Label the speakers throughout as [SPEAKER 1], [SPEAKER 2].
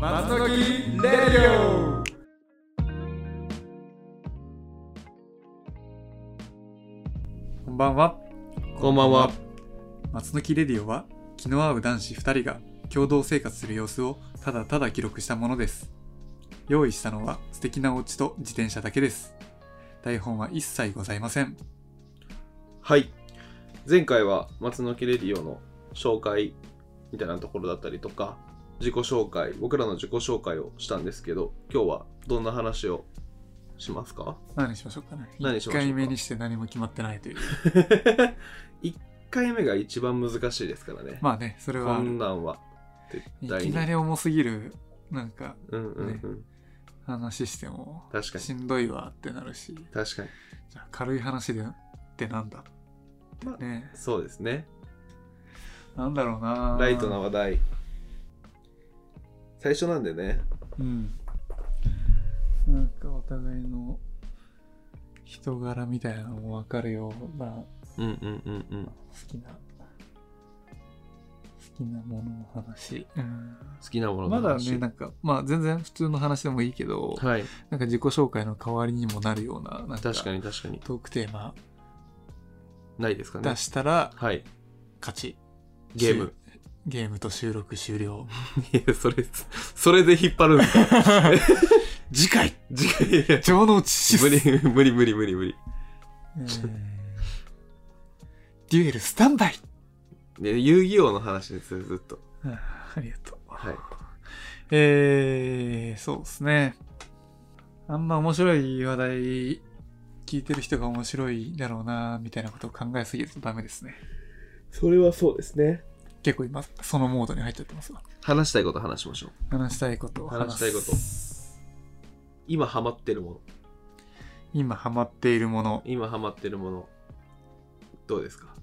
[SPEAKER 1] 松の木レディオこんばんは
[SPEAKER 2] こんばんは。
[SPEAKER 1] 松の木レディオは気の合う男子2人が共同生活する様子をただただ記録したものです用意したのは素敵なお家と自転車だけです台本は一切ございません
[SPEAKER 2] はい。前回は松の木レディオの紹介みたいなところだったりとか、自己紹介、僕らの自己紹介をしたんですけど、今日はどんな話をしますか
[SPEAKER 1] 何しましょうかね
[SPEAKER 2] 何しましょうか
[SPEAKER 1] 1回目にして何も決まってないという
[SPEAKER 2] ?1 回目が一番難しいですからね。
[SPEAKER 1] まあねそれ
[SPEAKER 2] こ
[SPEAKER 1] はある
[SPEAKER 2] んなんは絶
[SPEAKER 1] い
[SPEAKER 2] 対
[SPEAKER 1] き
[SPEAKER 2] に
[SPEAKER 1] な。り重すぎるなんか
[SPEAKER 2] うんうんうん。
[SPEAKER 1] 話しても
[SPEAKER 2] 確かに
[SPEAKER 1] し。んどいわってなるし
[SPEAKER 2] 確かに。
[SPEAKER 1] じゃあ軽い話でってなんだって
[SPEAKER 2] まあ
[SPEAKER 1] ね、
[SPEAKER 2] そうですね。
[SPEAKER 1] なんだろうな
[SPEAKER 2] ライトな話題。最初なんでね。
[SPEAKER 1] うんなんかお互いの人柄みたいなのも分かるような
[SPEAKER 2] うんうんうんうん。
[SPEAKER 1] 好きな好きなものの話、うん、
[SPEAKER 2] 好きなもの
[SPEAKER 1] ま
[SPEAKER 2] の
[SPEAKER 1] だ
[SPEAKER 2] 話
[SPEAKER 1] ねなんかまあ全然普通の話でもいいけど、
[SPEAKER 2] はい。
[SPEAKER 1] なんか自己紹介の代わりにもなるようななんか
[SPEAKER 2] 確かに確かに。
[SPEAKER 1] トークテーマ
[SPEAKER 2] ないですかね
[SPEAKER 1] 出。したら
[SPEAKER 2] はい。
[SPEAKER 1] 勝ち
[SPEAKER 2] ゲーム。
[SPEAKER 1] ゲームと収録終了
[SPEAKER 2] いや、それ、それで引っ張るんですか
[SPEAKER 1] 次回
[SPEAKER 2] 次回い や
[SPEAKER 1] 情のうち
[SPEAKER 2] 無理、無理、無理、無理、無理。
[SPEAKER 1] えーデュエルスタンバイ
[SPEAKER 2] いや遊戯王の話ですよ、ずっと。
[SPEAKER 1] あありがとう。
[SPEAKER 2] はい。
[SPEAKER 1] えー、そうですね。あんま面白い話題、聞いてる人が面白いだろうな、みたいなことを考えすぎるとダメですね。
[SPEAKER 2] それはそうですね。
[SPEAKER 1] 結構今、そのモードに入っちゃってますわ。
[SPEAKER 2] 話したいこと話しましょう。
[SPEAKER 1] 話したいことを話す
[SPEAKER 2] 話したい今ハマってるもの。
[SPEAKER 1] 今ハマっているもの。
[SPEAKER 2] 今ハマってるもの。どうですか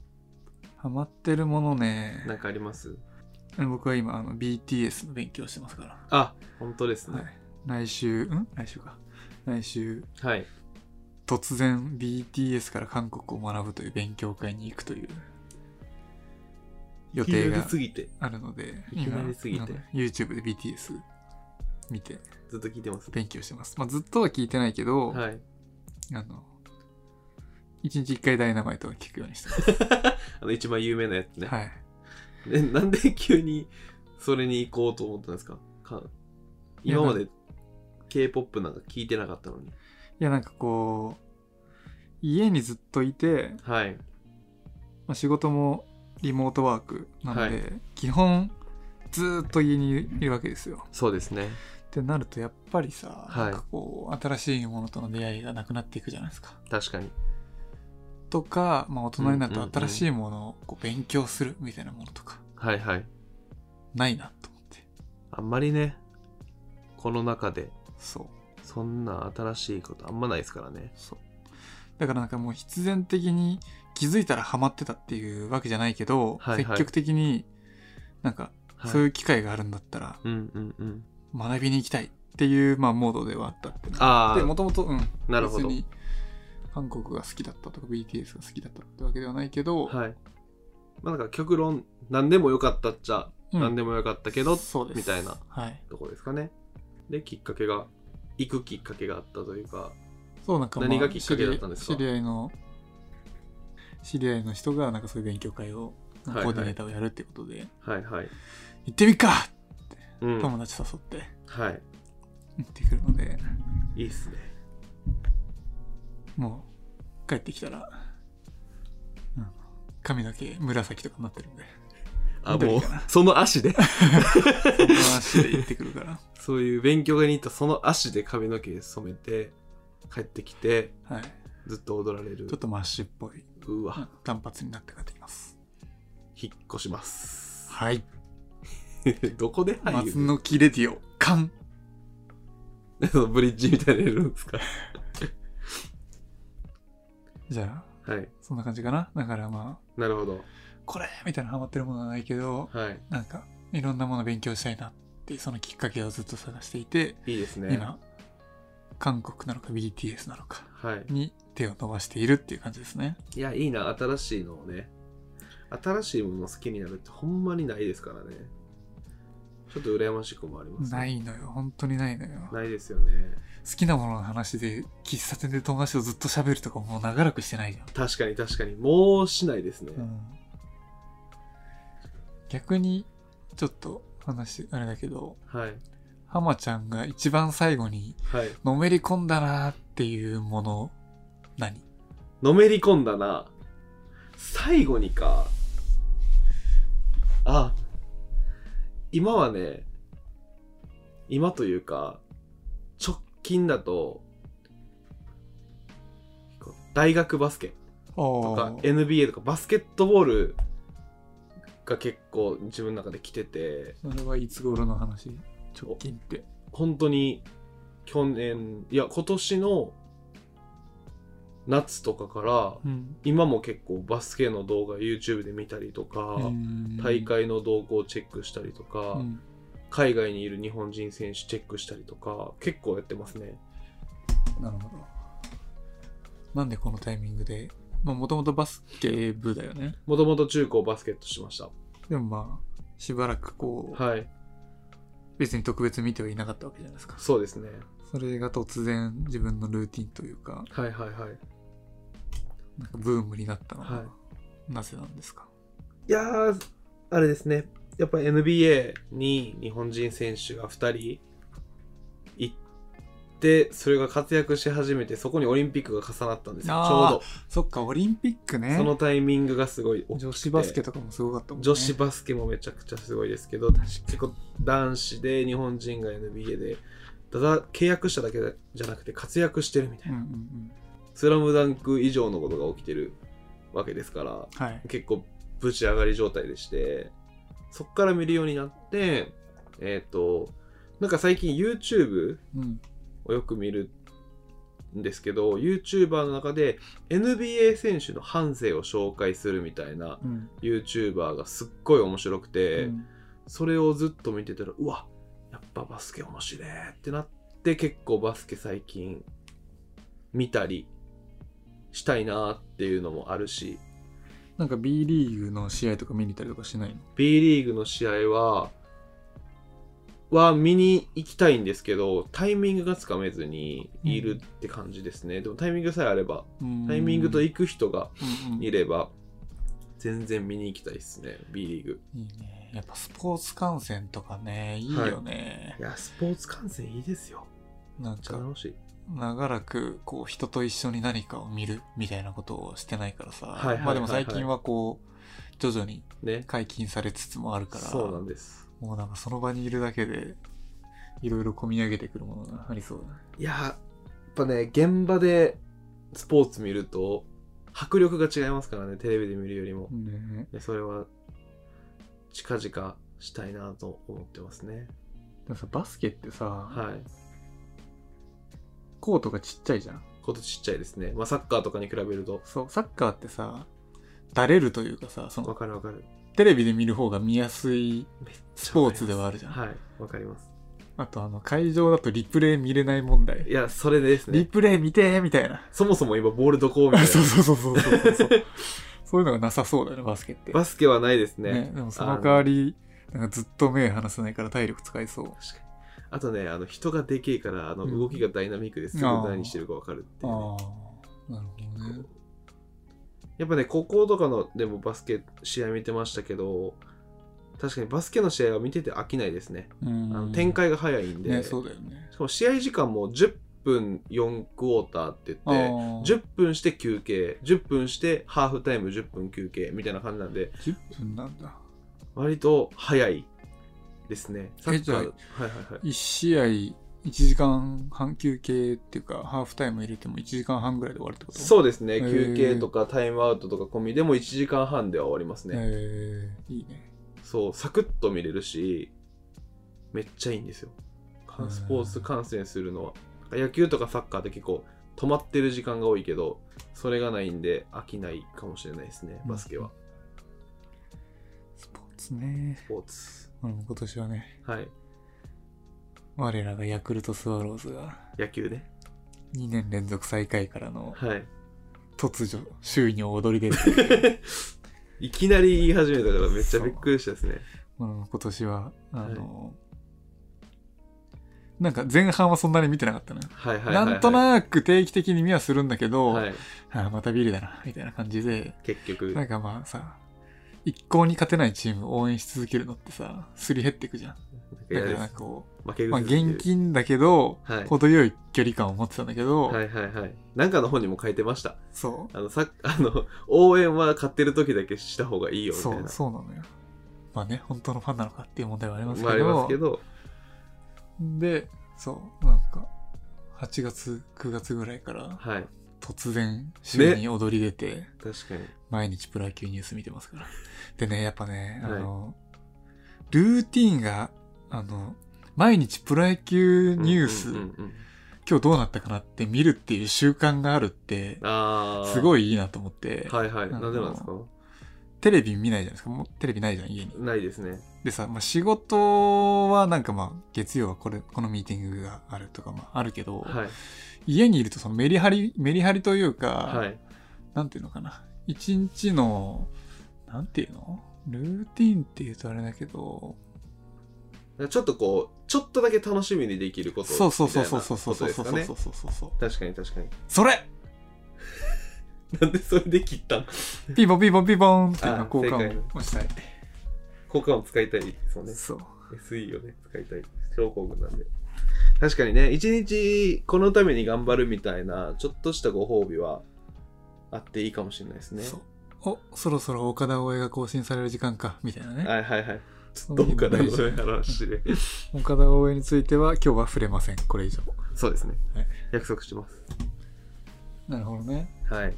[SPEAKER 1] ハマってるものね。
[SPEAKER 2] なんかあります
[SPEAKER 1] 僕は今、あの、BTS の勉強してますから。
[SPEAKER 2] あ、本当です
[SPEAKER 1] は
[SPEAKER 2] ね。
[SPEAKER 1] い。来週、ん来週か。来週、
[SPEAKER 2] はい。
[SPEAKER 1] 突然 BTS から韓国を学ぶという勉強会に行くという予定
[SPEAKER 2] いきな
[SPEAKER 1] が
[SPEAKER 2] りすぎて、
[SPEAKER 1] あるので
[SPEAKER 2] いきなりすぎて
[SPEAKER 1] あの YouTube で BTS 見て
[SPEAKER 2] ずっと聞いてます。
[SPEAKER 1] 勉強してます、まあ、ずっとは聞いてないけど、
[SPEAKER 2] はい。
[SPEAKER 1] あの一日一回ダイナマイトを聞くようにしてます、
[SPEAKER 2] あの、一番有名なやつね。
[SPEAKER 1] はい、
[SPEAKER 2] えなんで急にそれに行こうと思ったんですかか
[SPEAKER 1] いや
[SPEAKER 2] 今まで K-POP なんか聞いてなかったのに。
[SPEAKER 1] いやなんかこう家にずっといて、
[SPEAKER 2] はい。
[SPEAKER 1] まあ、仕事もリモートワークなので、
[SPEAKER 2] は
[SPEAKER 1] 基本ずーっと家にいるわけですよ
[SPEAKER 2] そうですね。
[SPEAKER 1] ってなるとやっぱりさ、
[SPEAKER 2] はい
[SPEAKER 1] なんかこう新しいものとの出会いがなくなっていくじゃないですか。
[SPEAKER 2] 確かに。
[SPEAKER 1] とか、まあ、大人になる
[SPEAKER 2] うん
[SPEAKER 1] と
[SPEAKER 2] うんうん
[SPEAKER 1] 新しいものをこう勉強するみたいなものとか
[SPEAKER 2] はいはい。
[SPEAKER 1] ないなと思って
[SPEAKER 2] あんまりね、この中で
[SPEAKER 1] そう
[SPEAKER 2] そんな新しいことあんまないですからね。
[SPEAKER 1] そうだからなんかもう必然的に気づいたらハマってたっていうわけじゃないけど、
[SPEAKER 2] はいはい
[SPEAKER 1] 積極的になんか
[SPEAKER 2] はい、。
[SPEAKER 1] そういうう機会があるんだったら
[SPEAKER 2] うんうんうん。
[SPEAKER 1] 学びに行きたいっていう、まあ、モードではあったっていうのが
[SPEAKER 2] あ
[SPEAKER 1] で
[SPEAKER 2] あ、
[SPEAKER 1] もともとうん
[SPEAKER 2] なるほど
[SPEAKER 1] 別。に韓国が好きだったとか BTS が好きだったってわけではないけど、
[SPEAKER 2] はい。まあなんか極論、何でもよかったっちゃ、
[SPEAKER 1] うん
[SPEAKER 2] 何でもよかったけど、
[SPEAKER 1] そうです
[SPEAKER 2] みたいな
[SPEAKER 1] はい
[SPEAKER 2] とこですかね。で、きっかけが、行くきっかけがあったというか、
[SPEAKER 1] そうなんか、まあ、
[SPEAKER 2] 何がきっかけだったんですか
[SPEAKER 1] 知り知り合いの知り合いの人がなんかそういう勉強会をコ
[SPEAKER 2] はいは
[SPEAKER 1] ー
[SPEAKER 2] い
[SPEAKER 1] ディネーターをやるってことで、
[SPEAKER 2] はいはい。
[SPEAKER 1] 行ってみっか
[SPEAKER 2] うん。
[SPEAKER 1] 友達誘って
[SPEAKER 2] はい。
[SPEAKER 1] 行ってくるので
[SPEAKER 2] いいっすね。
[SPEAKER 1] もう帰ってきたら、うん髪の毛紫とかになってるんで
[SPEAKER 2] あ、
[SPEAKER 1] 緑
[SPEAKER 2] もう
[SPEAKER 1] かな、
[SPEAKER 2] その足で
[SPEAKER 1] そんな話で行ってくるから
[SPEAKER 2] そういう勉強会に行ったその足で髪の毛染めて、帰ってきて、
[SPEAKER 1] はい
[SPEAKER 2] ずっと踊られる。
[SPEAKER 1] ちょっとマッシュっぽい、
[SPEAKER 2] う
[SPEAKER 1] うん
[SPEAKER 2] わ、
[SPEAKER 1] 短髪になって帰ってきます
[SPEAKER 2] 引っ越します。
[SPEAKER 1] はい、
[SPEAKER 2] どこで入
[SPEAKER 1] 松
[SPEAKER 2] る
[SPEAKER 1] の木レディオカン
[SPEAKER 2] そのブリッジみたいなのやるんですか
[SPEAKER 1] じゃあ
[SPEAKER 2] はい。
[SPEAKER 1] そんな感じかなだからまあ
[SPEAKER 2] なるほど。
[SPEAKER 1] これみたいなハマってるものはないけど
[SPEAKER 2] はい。
[SPEAKER 1] なんかいろんなもの勉強したいなってそのきっかけをずっと探していて、
[SPEAKER 2] いいですね。
[SPEAKER 1] 今韓国なのか BTS なのか
[SPEAKER 2] はい。
[SPEAKER 1] に手を伸ばしているっていう感じですね
[SPEAKER 2] いや、いいな、新しいのをね。新しいもの好きになるってほんまにないですからね。ちょっと羨ましくもあります、
[SPEAKER 1] ないのよ本当にないのよ好
[SPEAKER 2] ないですよね
[SPEAKER 1] きなものの話で喫茶店で友達とずっと喋るとかもう長らくしてないじゃ
[SPEAKER 2] 確かに確かにもうしないですね、
[SPEAKER 1] ん、うん、逆にちょっと話あれだけど
[SPEAKER 2] はい
[SPEAKER 1] 浜ちゃんが一番最後に
[SPEAKER 2] はい
[SPEAKER 1] のめり込んだなーっていうもの何
[SPEAKER 2] のめり込んだな最後にかあ今はね今というか直近だと大学バスケと
[SPEAKER 1] お
[SPEAKER 2] か
[SPEAKER 1] ー
[SPEAKER 2] NBA とかバスケットボールが結構自分の中で来てて
[SPEAKER 1] それはいつ頃の話直近って
[SPEAKER 2] 本当に去年いや今年の夏とかから
[SPEAKER 1] うん
[SPEAKER 2] 今も結構バスケの動画 YouTube で見たりとか、大会の動向をチェックしたりとか、
[SPEAKER 1] うん
[SPEAKER 2] 海外にいる日本人選手チェックしたりとか結構やってますね
[SPEAKER 1] なるほどなんでこのタイミングでもともとバスケ部だよね
[SPEAKER 2] もともと中高バスケットしてました
[SPEAKER 1] でもまあしばらくこう、
[SPEAKER 2] はい
[SPEAKER 1] 別に特別見てはいなかったわけじゃないですか
[SPEAKER 2] そうですね
[SPEAKER 1] それが突然自分のルーティンというか
[SPEAKER 2] はいはいはい
[SPEAKER 1] なんかブームになったの
[SPEAKER 2] は
[SPEAKER 1] はなぜなんですか、
[SPEAKER 2] いやーあれですねやっぱ NBA に日本人選手が2人行ってそれが活躍し始めてそこにオリンピックが重なったんですよ
[SPEAKER 1] あー
[SPEAKER 2] ちょう
[SPEAKER 1] そっかオリンピック
[SPEAKER 2] ど
[SPEAKER 1] ね
[SPEAKER 2] そのタイミングがすごい大きくて
[SPEAKER 1] 女子バスケとかもすごかったもんね
[SPEAKER 2] 女子バスケもめちゃくちゃすごいですけど結構男子で日本人が NBA でただ契約しただけじゃなくて活躍してるみた
[SPEAKER 1] う
[SPEAKER 2] い
[SPEAKER 1] んう
[SPEAKER 2] な、
[SPEAKER 1] んうん
[SPEAKER 2] スラムダンク以上のことが起きてるわけですから
[SPEAKER 1] はい
[SPEAKER 2] 結構ぶち上がり状態でしてそっから見るようになってえっ、となんか最近 YouTube
[SPEAKER 1] うん
[SPEAKER 2] をよく見るんですけど YouTuber の中で NBA 選手の半生を紹介するみたいな
[SPEAKER 1] うん
[SPEAKER 2] YouTuber がすっごい面白くて、
[SPEAKER 1] うん
[SPEAKER 2] それをずっと見てたらうわやっぱバスケ面白いってなって結構バスケ最近見たりしたいなっていうのもあるし
[SPEAKER 1] なんか B リーグの試合とか見に行ったりとかしないの
[SPEAKER 2] B リーグの試合はは見に行きたいんですけどタイミングがつかめずにいるって感じですね、でもタイミングさえあればタイミングと
[SPEAKER 1] いい,
[SPEAKER 2] 行く人が
[SPEAKER 1] うんうん、
[SPEAKER 2] いれば全然見に行きたいですね B リーグ
[SPEAKER 1] いいねやっぱスポーツ観戦とかねいいよね、
[SPEAKER 2] いやスポーツ観戦いいですよ
[SPEAKER 1] なん
[SPEAKER 2] めっちゃ
[SPEAKER 1] か
[SPEAKER 2] 楽しい
[SPEAKER 1] 長らくこう人と一緒に何かを見るみたいなことをしてないからさ、
[SPEAKER 2] はいはいはいはい
[SPEAKER 1] まあでも最近はこう徐々に
[SPEAKER 2] ね
[SPEAKER 1] 解禁されつつもあるから
[SPEAKER 2] そうなんです
[SPEAKER 1] もうなんかその場にいるだけでいろいろ込み上げてくるものがありそうだね
[SPEAKER 2] いややっぱね現場でスポーツ見ると迫力が違いますからねテレビで見るよりも
[SPEAKER 1] ね
[SPEAKER 2] でそれは近々したいなと思ってますね
[SPEAKER 1] でもさバスケってさ、
[SPEAKER 2] はい
[SPEAKER 1] コートがちっちゃいじゃん
[SPEAKER 2] ことちっちゃいですねまあサッカーとかに比べると
[SPEAKER 1] そうサッカーってさだれるというかさそ
[SPEAKER 2] わ
[SPEAKER 1] の
[SPEAKER 2] かるわかる
[SPEAKER 1] テレビで見る方が見やすい
[SPEAKER 2] めっちゃ
[SPEAKER 1] スポーツではあるじゃん、
[SPEAKER 2] はいわかります
[SPEAKER 1] あとあの会場だとリプレイ見れない問題
[SPEAKER 2] いやそれです
[SPEAKER 1] リ
[SPEAKER 2] ね
[SPEAKER 1] プレイ見てーみたいな。
[SPEAKER 2] そもそも今ボールどこみたいな
[SPEAKER 1] そうそうそうそうそうそう。 そういうのがなさそうだよね、バスケって。
[SPEAKER 2] バスケはないですね
[SPEAKER 1] ねでもその代わり、なんかずっと目離せないから体力使いそう。
[SPEAKER 2] 確かにあとねあの人がでけえからあの
[SPEAKER 1] うん
[SPEAKER 2] 動きがダイナミックですぐ
[SPEAKER 1] あー
[SPEAKER 2] 何してるかわかるっていう
[SPEAKER 1] あ
[SPEAKER 2] ね、
[SPEAKER 1] あ、なるほどね。
[SPEAKER 2] やっぱね、高校とかのでもバスケ試合見てましたけど、確かにバスケの試合は見てて飽きないですね。
[SPEAKER 1] うん
[SPEAKER 2] あの展開が早いんで、
[SPEAKER 1] ね、
[SPEAKER 2] し
[SPEAKER 1] そうだよね。
[SPEAKER 2] かも試合時間も10分4クォーターって
[SPEAKER 1] あ
[SPEAKER 2] 言って、
[SPEAKER 1] ー
[SPEAKER 2] 10分して休憩、10分してハーフタイム10分休憩みたいな感じなんで、
[SPEAKER 1] 10分なんだ。
[SPEAKER 2] 割と早いですね。サッカ
[SPEAKER 1] じゃあ
[SPEAKER 2] ー、はいはいはい。
[SPEAKER 1] 1試合1時間半休憩っていうか、ハーフタイム入れても1時間半ぐらいで終わるってことう
[SPEAKER 2] そうです
[SPEAKER 1] へ
[SPEAKER 2] ね、
[SPEAKER 1] ー
[SPEAKER 2] 休憩とかタイムアウトとか込みでも1時間半では終わりますね。
[SPEAKER 1] えー、いいね。
[SPEAKER 2] そうサクッと見れるしめっちゃいいんですよか
[SPEAKER 1] うん
[SPEAKER 2] スポーツ観戦するのは野球とかサッカーって結構止まってる時間が多いけどそれがないんで飽きないかもしれないですねバスケは、
[SPEAKER 1] スポーツね。
[SPEAKER 2] スポーツ
[SPEAKER 1] 俺も今年はね、
[SPEAKER 2] はい
[SPEAKER 1] 我らがヤクルトスワローズが。
[SPEAKER 2] 野球ね
[SPEAKER 1] 2年連続最下位からの
[SPEAKER 2] はい
[SPEAKER 1] 突如周囲に躍り出る、
[SPEAKER 2] いきなり言い始めたからめっちゃびっくりしたですね
[SPEAKER 1] うん今年はあの、なんか前半はそんなに見てなかったな。
[SPEAKER 2] はいはいはい、はい、
[SPEAKER 1] なんとなく定期的に見はするんだけど、
[SPEAKER 2] はい、
[SPEAKER 1] ああまたビリだな、みたいな感じで、
[SPEAKER 2] 結局
[SPEAKER 1] なんかまあさ、一向に勝てないチームを応援し続けるのってさ、すり減ってくじゃん。だからなんかこ
[SPEAKER 2] 負け
[SPEAKER 1] う、
[SPEAKER 2] 癖
[SPEAKER 1] まあ
[SPEAKER 2] っていう
[SPEAKER 1] 現金だけど、
[SPEAKER 2] はい
[SPEAKER 1] 程よい距離感を持ってたんだけど、
[SPEAKER 2] はいはいはいなんかの本にも書いてました
[SPEAKER 1] そ、
[SPEAKER 2] あのさあの応援は買ってる時だけした方がいいうよみた
[SPEAKER 1] そ
[SPEAKER 2] いな
[SPEAKER 1] う、そうなのよ。まあね、本当のファンなのかっていう問題はあります
[SPEAKER 2] まああ
[SPEAKER 1] け
[SPEAKER 2] り
[SPEAKER 1] ど、
[SPEAKER 2] ますけど
[SPEAKER 1] で、そう、なんか、8月、9月ぐらいから、
[SPEAKER 2] はい
[SPEAKER 1] 突然、週に踊り出て、
[SPEAKER 2] 確かに
[SPEAKER 1] 毎日プロ野球ニュース見てますから。でね、やっぱね、あ
[SPEAKER 2] はい
[SPEAKER 1] の、ルーティーンが、あの、毎日プロ野球ニュース、
[SPEAKER 2] うんうんうんうん
[SPEAKER 1] 今日どうなったかなって見るっていう習慣があるって、
[SPEAKER 2] ああ
[SPEAKER 1] すご
[SPEAKER 2] い
[SPEAKER 1] いいいなと思って、
[SPEAKER 2] はいは
[SPEAKER 1] あ
[SPEAKER 2] い
[SPEAKER 1] の
[SPEAKER 2] なんでなんですか
[SPEAKER 1] テレビ見ないじゃないですか。もうテレビないじゃん、家に。
[SPEAKER 2] ないですね
[SPEAKER 1] でさ、まあ、仕事はなんかまあ、月曜はこれ、このミーティングがあるとか、まあ、あるけど、
[SPEAKER 2] はい
[SPEAKER 1] 家にいるとそのメリハリ、メリハリというか、
[SPEAKER 2] はい
[SPEAKER 1] なんていうのかな。一日の、なんていうのルーティンって言うとあれだけど、
[SPEAKER 2] ちょっとこうちょっとだけ楽しみにできること
[SPEAKER 1] そうそうそうそうそうそうそう
[SPEAKER 2] み
[SPEAKER 1] そ
[SPEAKER 2] た
[SPEAKER 1] う
[SPEAKER 2] い
[SPEAKER 1] そ
[SPEAKER 2] な
[SPEAKER 1] う
[SPEAKER 2] こと
[SPEAKER 1] そ
[SPEAKER 2] で
[SPEAKER 1] う
[SPEAKER 2] すかね
[SPEAKER 1] そうそう
[SPEAKER 2] 確かに確かに
[SPEAKER 1] それ
[SPEAKER 2] なんでそれで切ったん
[SPEAKER 1] ピンポンピンポンピンポンって今
[SPEAKER 2] あ
[SPEAKER 1] 交
[SPEAKER 2] 正解
[SPEAKER 1] 換をしたい。
[SPEAKER 2] 効果音使いたいですよね
[SPEAKER 1] そう。
[SPEAKER 2] SE をね使いたい強工具なんで確かにね一日このために頑張るみたいなちょっとしたご褒美はあっていいかもしれないですね
[SPEAKER 1] そう。お、そろそろ岡田大江が更新される時間か、みたいなね。
[SPEAKER 2] はいはいはい
[SPEAKER 1] その
[SPEAKER 2] どうかな
[SPEAKER 1] 大
[SPEAKER 2] こ
[SPEAKER 1] 事
[SPEAKER 2] れ話 で
[SPEAKER 1] 岡田大江については今日は触れません、これ以上。
[SPEAKER 2] そうですね、
[SPEAKER 1] はい
[SPEAKER 2] 約束します
[SPEAKER 1] なるほどね。
[SPEAKER 2] はい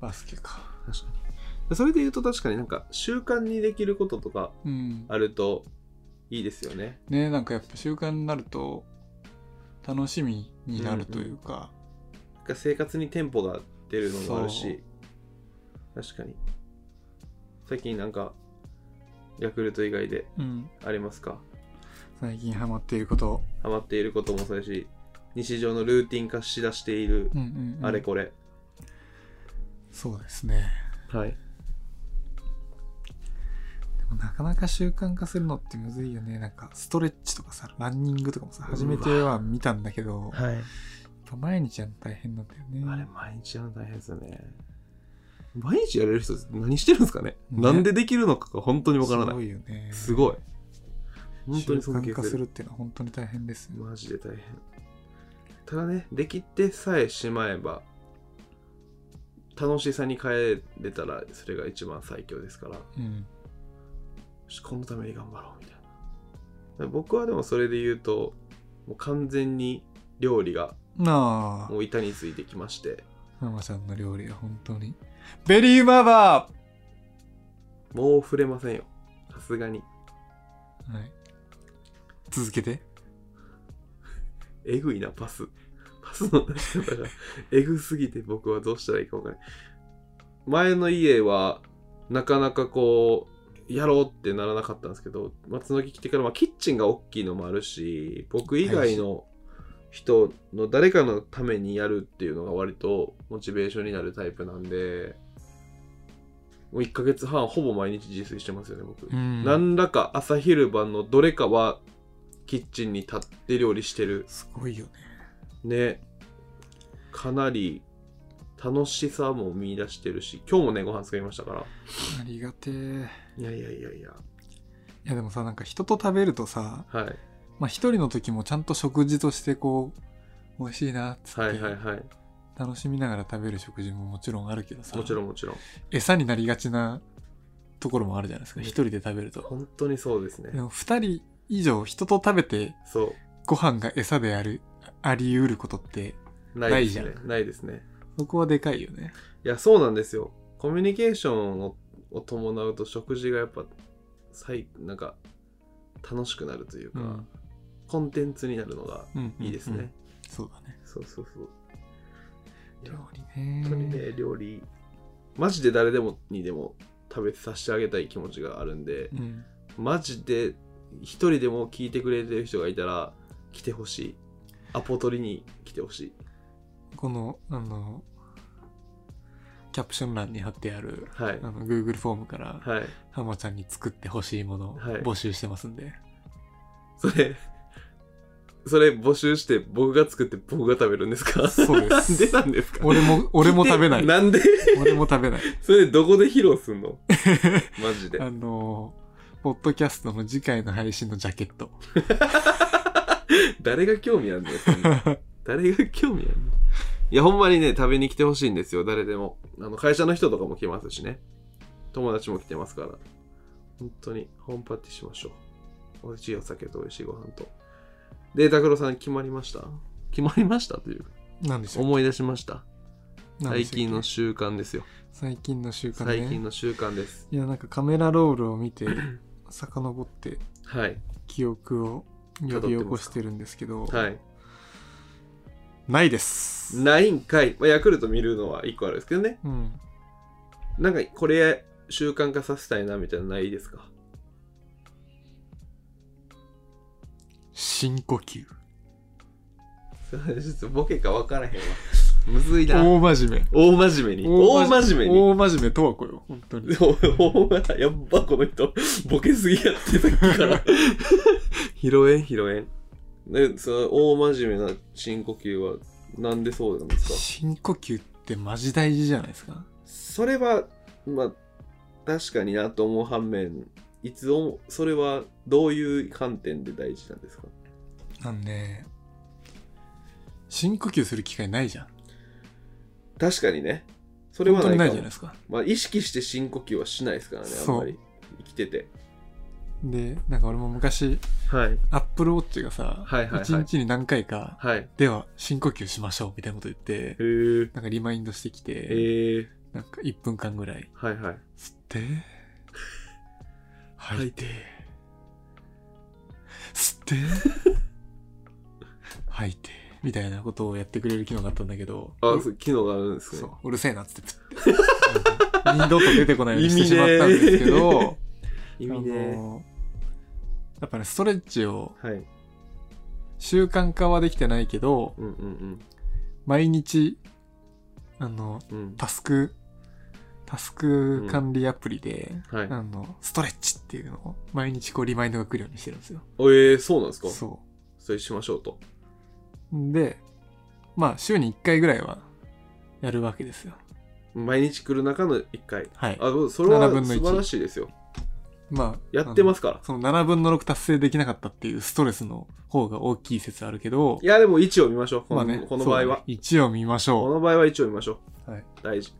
[SPEAKER 1] バスケか。
[SPEAKER 2] 確かにそれで言うと確かになんか習慣にできることとか
[SPEAKER 1] うん。
[SPEAKER 2] あるといいですよね
[SPEAKER 1] ねなんかやっぱ習慣になると、楽しみになるというか、
[SPEAKER 2] なんか生活にテンポが出るのもあるし確かに最近なんかヤクルト以外で
[SPEAKER 1] うん。
[SPEAKER 2] ありますか
[SPEAKER 1] 最近ハマっていること。
[SPEAKER 2] ハマっていることもそうやし日常のルーティン化しだしている
[SPEAKER 1] うんうん、うん。
[SPEAKER 2] あれこれ、
[SPEAKER 1] そうですね。
[SPEAKER 2] はい
[SPEAKER 1] でもなかなか習慣化するのってむずいよね。なんかストレッチとかさ、ランニングとかもさ、
[SPEAKER 2] うわ
[SPEAKER 1] 初めては見たんだけど、やっ
[SPEAKER 2] はい
[SPEAKER 1] ぱ毎日やるの大変なんだよ
[SPEAKER 2] あれ
[SPEAKER 1] ね。
[SPEAKER 2] 毎日やるの大変ですよね毎日やれる人何してるんですかね
[SPEAKER 1] ね
[SPEAKER 2] なんでできるのかが本当にわから
[SPEAKER 1] す
[SPEAKER 2] な
[SPEAKER 1] ご
[SPEAKER 2] い
[SPEAKER 1] いよね。
[SPEAKER 2] すごい本当
[SPEAKER 1] 習
[SPEAKER 2] に尊敬
[SPEAKER 1] 慣化
[SPEAKER 2] す
[SPEAKER 1] する
[SPEAKER 2] る
[SPEAKER 1] っていうのは本当に大変ですよ。
[SPEAKER 2] マジで大変ただねできてさえしまえば楽しさに変えれたらそれが一番最強ですから
[SPEAKER 1] うん。
[SPEAKER 2] よしこのために頑張ろうみたいな僕はでもそれで言うともう完全に料理が
[SPEAKER 1] な
[SPEAKER 2] もう板についてきまして
[SPEAKER 1] あ、ママちゃんの料理は本当に。ベリーマバ
[SPEAKER 2] もう触れませんよさすがに
[SPEAKER 1] ーはい。続けて。
[SPEAKER 2] えぐいなパスパスの出し方がえぐすぎて僕はどうしたらいいか分からない前の家はなかなかこうやろうってならなかったんですけど松の木来てから、まあ、キッチンが大きいのもあるし僕以外の人の誰かのためにやるっていうのが割とモチベーションになるタイプなんでもう1ヶ月半ほぼ毎日自炊してますよね僕、
[SPEAKER 1] うん。
[SPEAKER 2] 何らか朝昼晩のどれかはキッチンに立って料理してる
[SPEAKER 1] すごいよね。
[SPEAKER 2] ねかなり楽しさも見出してるし今日もねご飯作りましたから
[SPEAKER 1] ありがてえ。
[SPEAKER 2] いやいやいやいや
[SPEAKER 1] いやでもさ、なんか人と食べるとさ、
[SPEAKER 2] はい
[SPEAKER 1] まあ一人の時もちゃんと食事としてこう、美味しいなっつって、
[SPEAKER 2] はいはいはい
[SPEAKER 1] 楽しみながら食べる食事ももちろんあるけどさ
[SPEAKER 2] もちろんもちろん
[SPEAKER 1] 餌になりがちなところもあるじゃないですか一人で食べると
[SPEAKER 2] 本当にそうです
[SPEAKER 1] で
[SPEAKER 2] ね
[SPEAKER 1] も2人以上人と食べて
[SPEAKER 2] そ
[SPEAKER 1] ご飯が餌であるあり得ることって
[SPEAKER 2] うないです
[SPEAKER 1] ない
[SPEAKER 2] ね
[SPEAKER 1] じ
[SPEAKER 2] ないですね
[SPEAKER 1] そこはでかいよね
[SPEAKER 2] いやそうなんですよコミュニケーションをを伴うと食事がやっぱ最なんか楽しくなるというか、
[SPEAKER 1] うん
[SPEAKER 2] コンテンツになるのが
[SPEAKER 1] うん
[SPEAKER 2] いいですね、
[SPEAKER 1] うんうんそうだね
[SPEAKER 2] そうそうそうい
[SPEAKER 1] 料
[SPEAKER 2] や
[SPEAKER 1] 理
[SPEAKER 2] 本当に
[SPEAKER 1] ね
[SPEAKER 2] ね料理マジで誰でもにでも食べさせてあげたい気持ちがあるんで
[SPEAKER 1] うん
[SPEAKER 2] マジで一人でも聞いてくれてる人がいたら来てほしいアポ取りに来てほしい
[SPEAKER 1] このあのキャプション欄に貼ってある
[SPEAKER 2] はい
[SPEAKER 1] あの Google フォームから
[SPEAKER 2] はい
[SPEAKER 1] ハマちゃんに作ってほしいものを
[SPEAKER 2] はい
[SPEAKER 1] 募集してますんで、
[SPEAKER 2] それそれ募集して僕が作って僕が食べるんですか
[SPEAKER 1] そうです
[SPEAKER 2] なんでなんですか
[SPEAKER 1] 俺も、俺も食べない。
[SPEAKER 2] なんで
[SPEAKER 1] 俺も食べない。
[SPEAKER 2] それどこで披露す んのマジで
[SPEAKER 1] あのー、ポッドキャストの次回の配信のジャケット。
[SPEAKER 2] 誰が興味あんのよそんな誰が興味あんのいやほんまにね食べに来てほしいんですよ誰でもあの会社の人とかも来ますしね友達も来てますから本当にホームパーティーしましょう美味しいお酒と美味しいご飯とで拓郎さん決まりました決まりましたというか
[SPEAKER 1] なんでしょう
[SPEAKER 2] 思い出しました最
[SPEAKER 1] 最
[SPEAKER 2] 近の習慣ですよ
[SPEAKER 1] 最近の習慣ね。
[SPEAKER 2] 最近の習慣です
[SPEAKER 1] いや、なんかカメラロールを見て、遡って
[SPEAKER 2] はい
[SPEAKER 1] 記憶を呼び起こしてるんですけど、
[SPEAKER 2] はい
[SPEAKER 1] ないです。
[SPEAKER 2] ないんかい、まあ、ヤクルト見るのは1個あるんですけどね
[SPEAKER 1] うん。
[SPEAKER 2] なんかこれ習慣化させたいなみたいなのないですか
[SPEAKER 1] 深呼吸。
[SPEAKER 2] ちょっとボケか分からへんわ。むずいな。
[SPEAKER 1] 大真面目。
[SPEAKER 2] 大真面目に。大真面目に。
[SPEAKER 1] 大真面目とはこよ、本当に。
[SPEAKER 2] お大 やっぱこの人、ボケすぎやってさっきから。 拾えん、拾えん。で、その大真面目な深呼吸は、なんでそうなんですか
[SPEAKER 1] 深呼吸ってマジ大事じゃないですか。
[SPEAKER 2] それは、まあ、確かになと思う反面、いつお、それはどういう観点で大事なんですか
[SPEAKER 1] なんで、深呼吸する機会ないじゃん。
[SPEAKER 2] 確かにね。それ
[SPEAKER 1] 本
[SPEAKER 2] は
[SPEAKER 1] 当
[SPEAKER 2] な
[SPEAKER 1] に
[SPEAKER 2] い
[SPEAKER 1] ないじゃな
[SPEAKER 2] かも
[SPEAKER 1] いですか。
[SPEAKER 2] まあ、意識して深呼吸はしないですからね、あんまり。生きてて。
[SPEAKER 1] で、なんか俺も昔、
[SPEAKER 2] はい。
[SPEAKER 1] アップルウォッチがさ、
[SPEAKER 2] はいはいはい
[SPEAKER 1] 1日に何回か、
[SPEAKER 2] はい。へ
[SPEAKER 1] では深呼吸しましょうみたいなこと言って、
[SPEAKER 2] え。
[SPEAKER 1] なんかリマインドしてきて、
[SPEAKER 2] ええ。
[SPEAKER 1] なんか1分間ぐらい
[SPEAKER 2] はいはい。
[SPEAKER 1] 吸って、吐いて、吸って、 吐いて、みたいなことをやってくれる機能があったんだけど、
[SPEAKER 2] あ、そう、機能があるんですね。
[SPEAKER 1] そう、うるせえなっつって プッて、二度と出てこないようにしてしまったんですけ
[SPEAKER 2] 意味
[SPEAKER 1] ど、
[SPEAKER 2] 意
[SPEAKER 1] あ
[SPEAKER 2] 味ね。
[SPEAKER 1] のやっぱね、ストレッチを
[SPEAKER 2] はい。
[SPEAKER 1] 習慣化はできてないけど、
[SPEAKER 2] うんうん
[SPEAKER 1] 毎日、あの、
[SPEAKER 2] うん。うん。
[SPEAKER 1] タスク、タスク管理アプリで、
[SPEAKER 2] はい。
[SPEAKER 1] あの、ストレッチっていうのを毎日こうリマインドが来るようにしてるんですよ。
[SPEAKER 2] おえー、そうなんですかそ
[SPEAKER 1] そ
[SPEAKER 2] れしましょうと。
[SPEAKER 1] う。で、まあ週に1回ぐらいはやるわけですよ。
[SPEAKER 2] 毎日来る中の1回。
[SPEAKER 1] はい。
[SPEAKER 2] あ、それは
[SPEAKER 1] 7分の1
[SPEAKER 2] 素晴らしいですよ。
[SPEAKER 1] まあ、。
[SPEAKER 2] やってますすから。
[SPEAKER 1] その7分の6達成できなかったっていうストレスの方が大きい説あるけど
[SPEAKER 2] い、や、でも1を見ましょう。こ
[SPEAKER 1] まあ
[SPEAKER 2] の
[SPEAKER 1] ね、
[SPEAKER 2] この場合は。
[SPEAKER 1] 1を見まし
[SPEAKER 2] こ
[SPEAKER 1] ょ
[SPEAKER 2] の場合は1を見ましょ
[SPEAKER 1] う。はい。
[SPEAKER 2] う。大事。